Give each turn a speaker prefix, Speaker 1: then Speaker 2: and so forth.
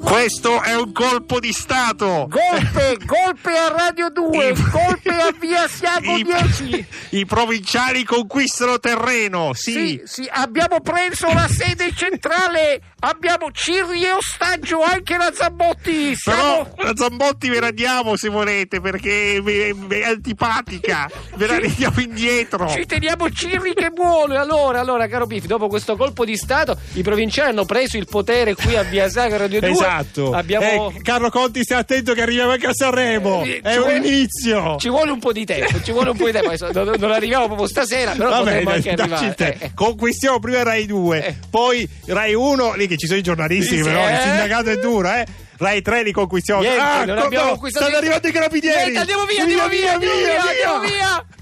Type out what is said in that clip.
Speaker 1: Questo è un colpo di Stato.
Speaker 2: Golpe, golpe a Radio 2,
Speaker 1: I-
Speaker 2: golpe a Via Siamo
Speaker 1: I,
Speaker 2: 10.
Speaker 1: i provinciali conquistano terreno, sì.
Speaker 2: Sì, sì, abbiamo preso la sede centrale, abbiamo Cirri e ostaggio anche la Zambotti. Siamo...
Speaker 1: Però la Zambotti ve la diamo se volete perché ve- ve- è antipatica, ve la ridiamo indietro.
Speaker 2: Ci teniamo Cirri che vuole.
Speaker 3: Allora, allora, caro Biffi, dopo questo colpo di Stato, i provinciali hanno preso il potere qui a Via Sacra Radio 2.
Speaker 4: Esatto.
Speaker 3: Abbiamo...
Speaker 4: Eh, Carlo Conti, stai attento che arriviamo anche a Sanremo. È
Speaker 3: Eh, ci
Speaker 4: un
Speaker 1: cioè
Speaker 3: vuole-
Speaker 4: inizio.
Speaker 3: Ci vuole un po' di tempo, ci vuole un po' di tempo. Adesso Non, non arriviamo proprio stasera, però
Speaker 4: Vabbè,
Speaker 3: potremmo
Speaker 4: dai,
Speaker 3: anche
Speaker 4: dacci
Speaker 3: arrivare.
Speaker 4: il tempo.
Speaker 3: Eh, eh.
Speaker 4: Conquistiamo prima Rai 2,
Speaker 3: Eh.
Speaker 4: poi Rai 1, lì che ci sono i giornalisti,
Speaker 3: Sì,
Speaker 4: però
Speaker 3: sì,
Speaker 4: il
Speaker 3: eh.
Speaker 4: sindacato è duro, eh. Rai 3 li conquistiamo.
Speaker 3: Niente, non
Speaker 4: Ah, no,
Speaker 3: abbiamo
Speaker 4: no,
Speaker 3: conquistato
Speaker 4: stanno
Speaker 3: niente.
Speaker 4: arrivando i carabinieri.
Speaker 3: Niente, andiamo via, andiamo via, andiamo via, andiamo via.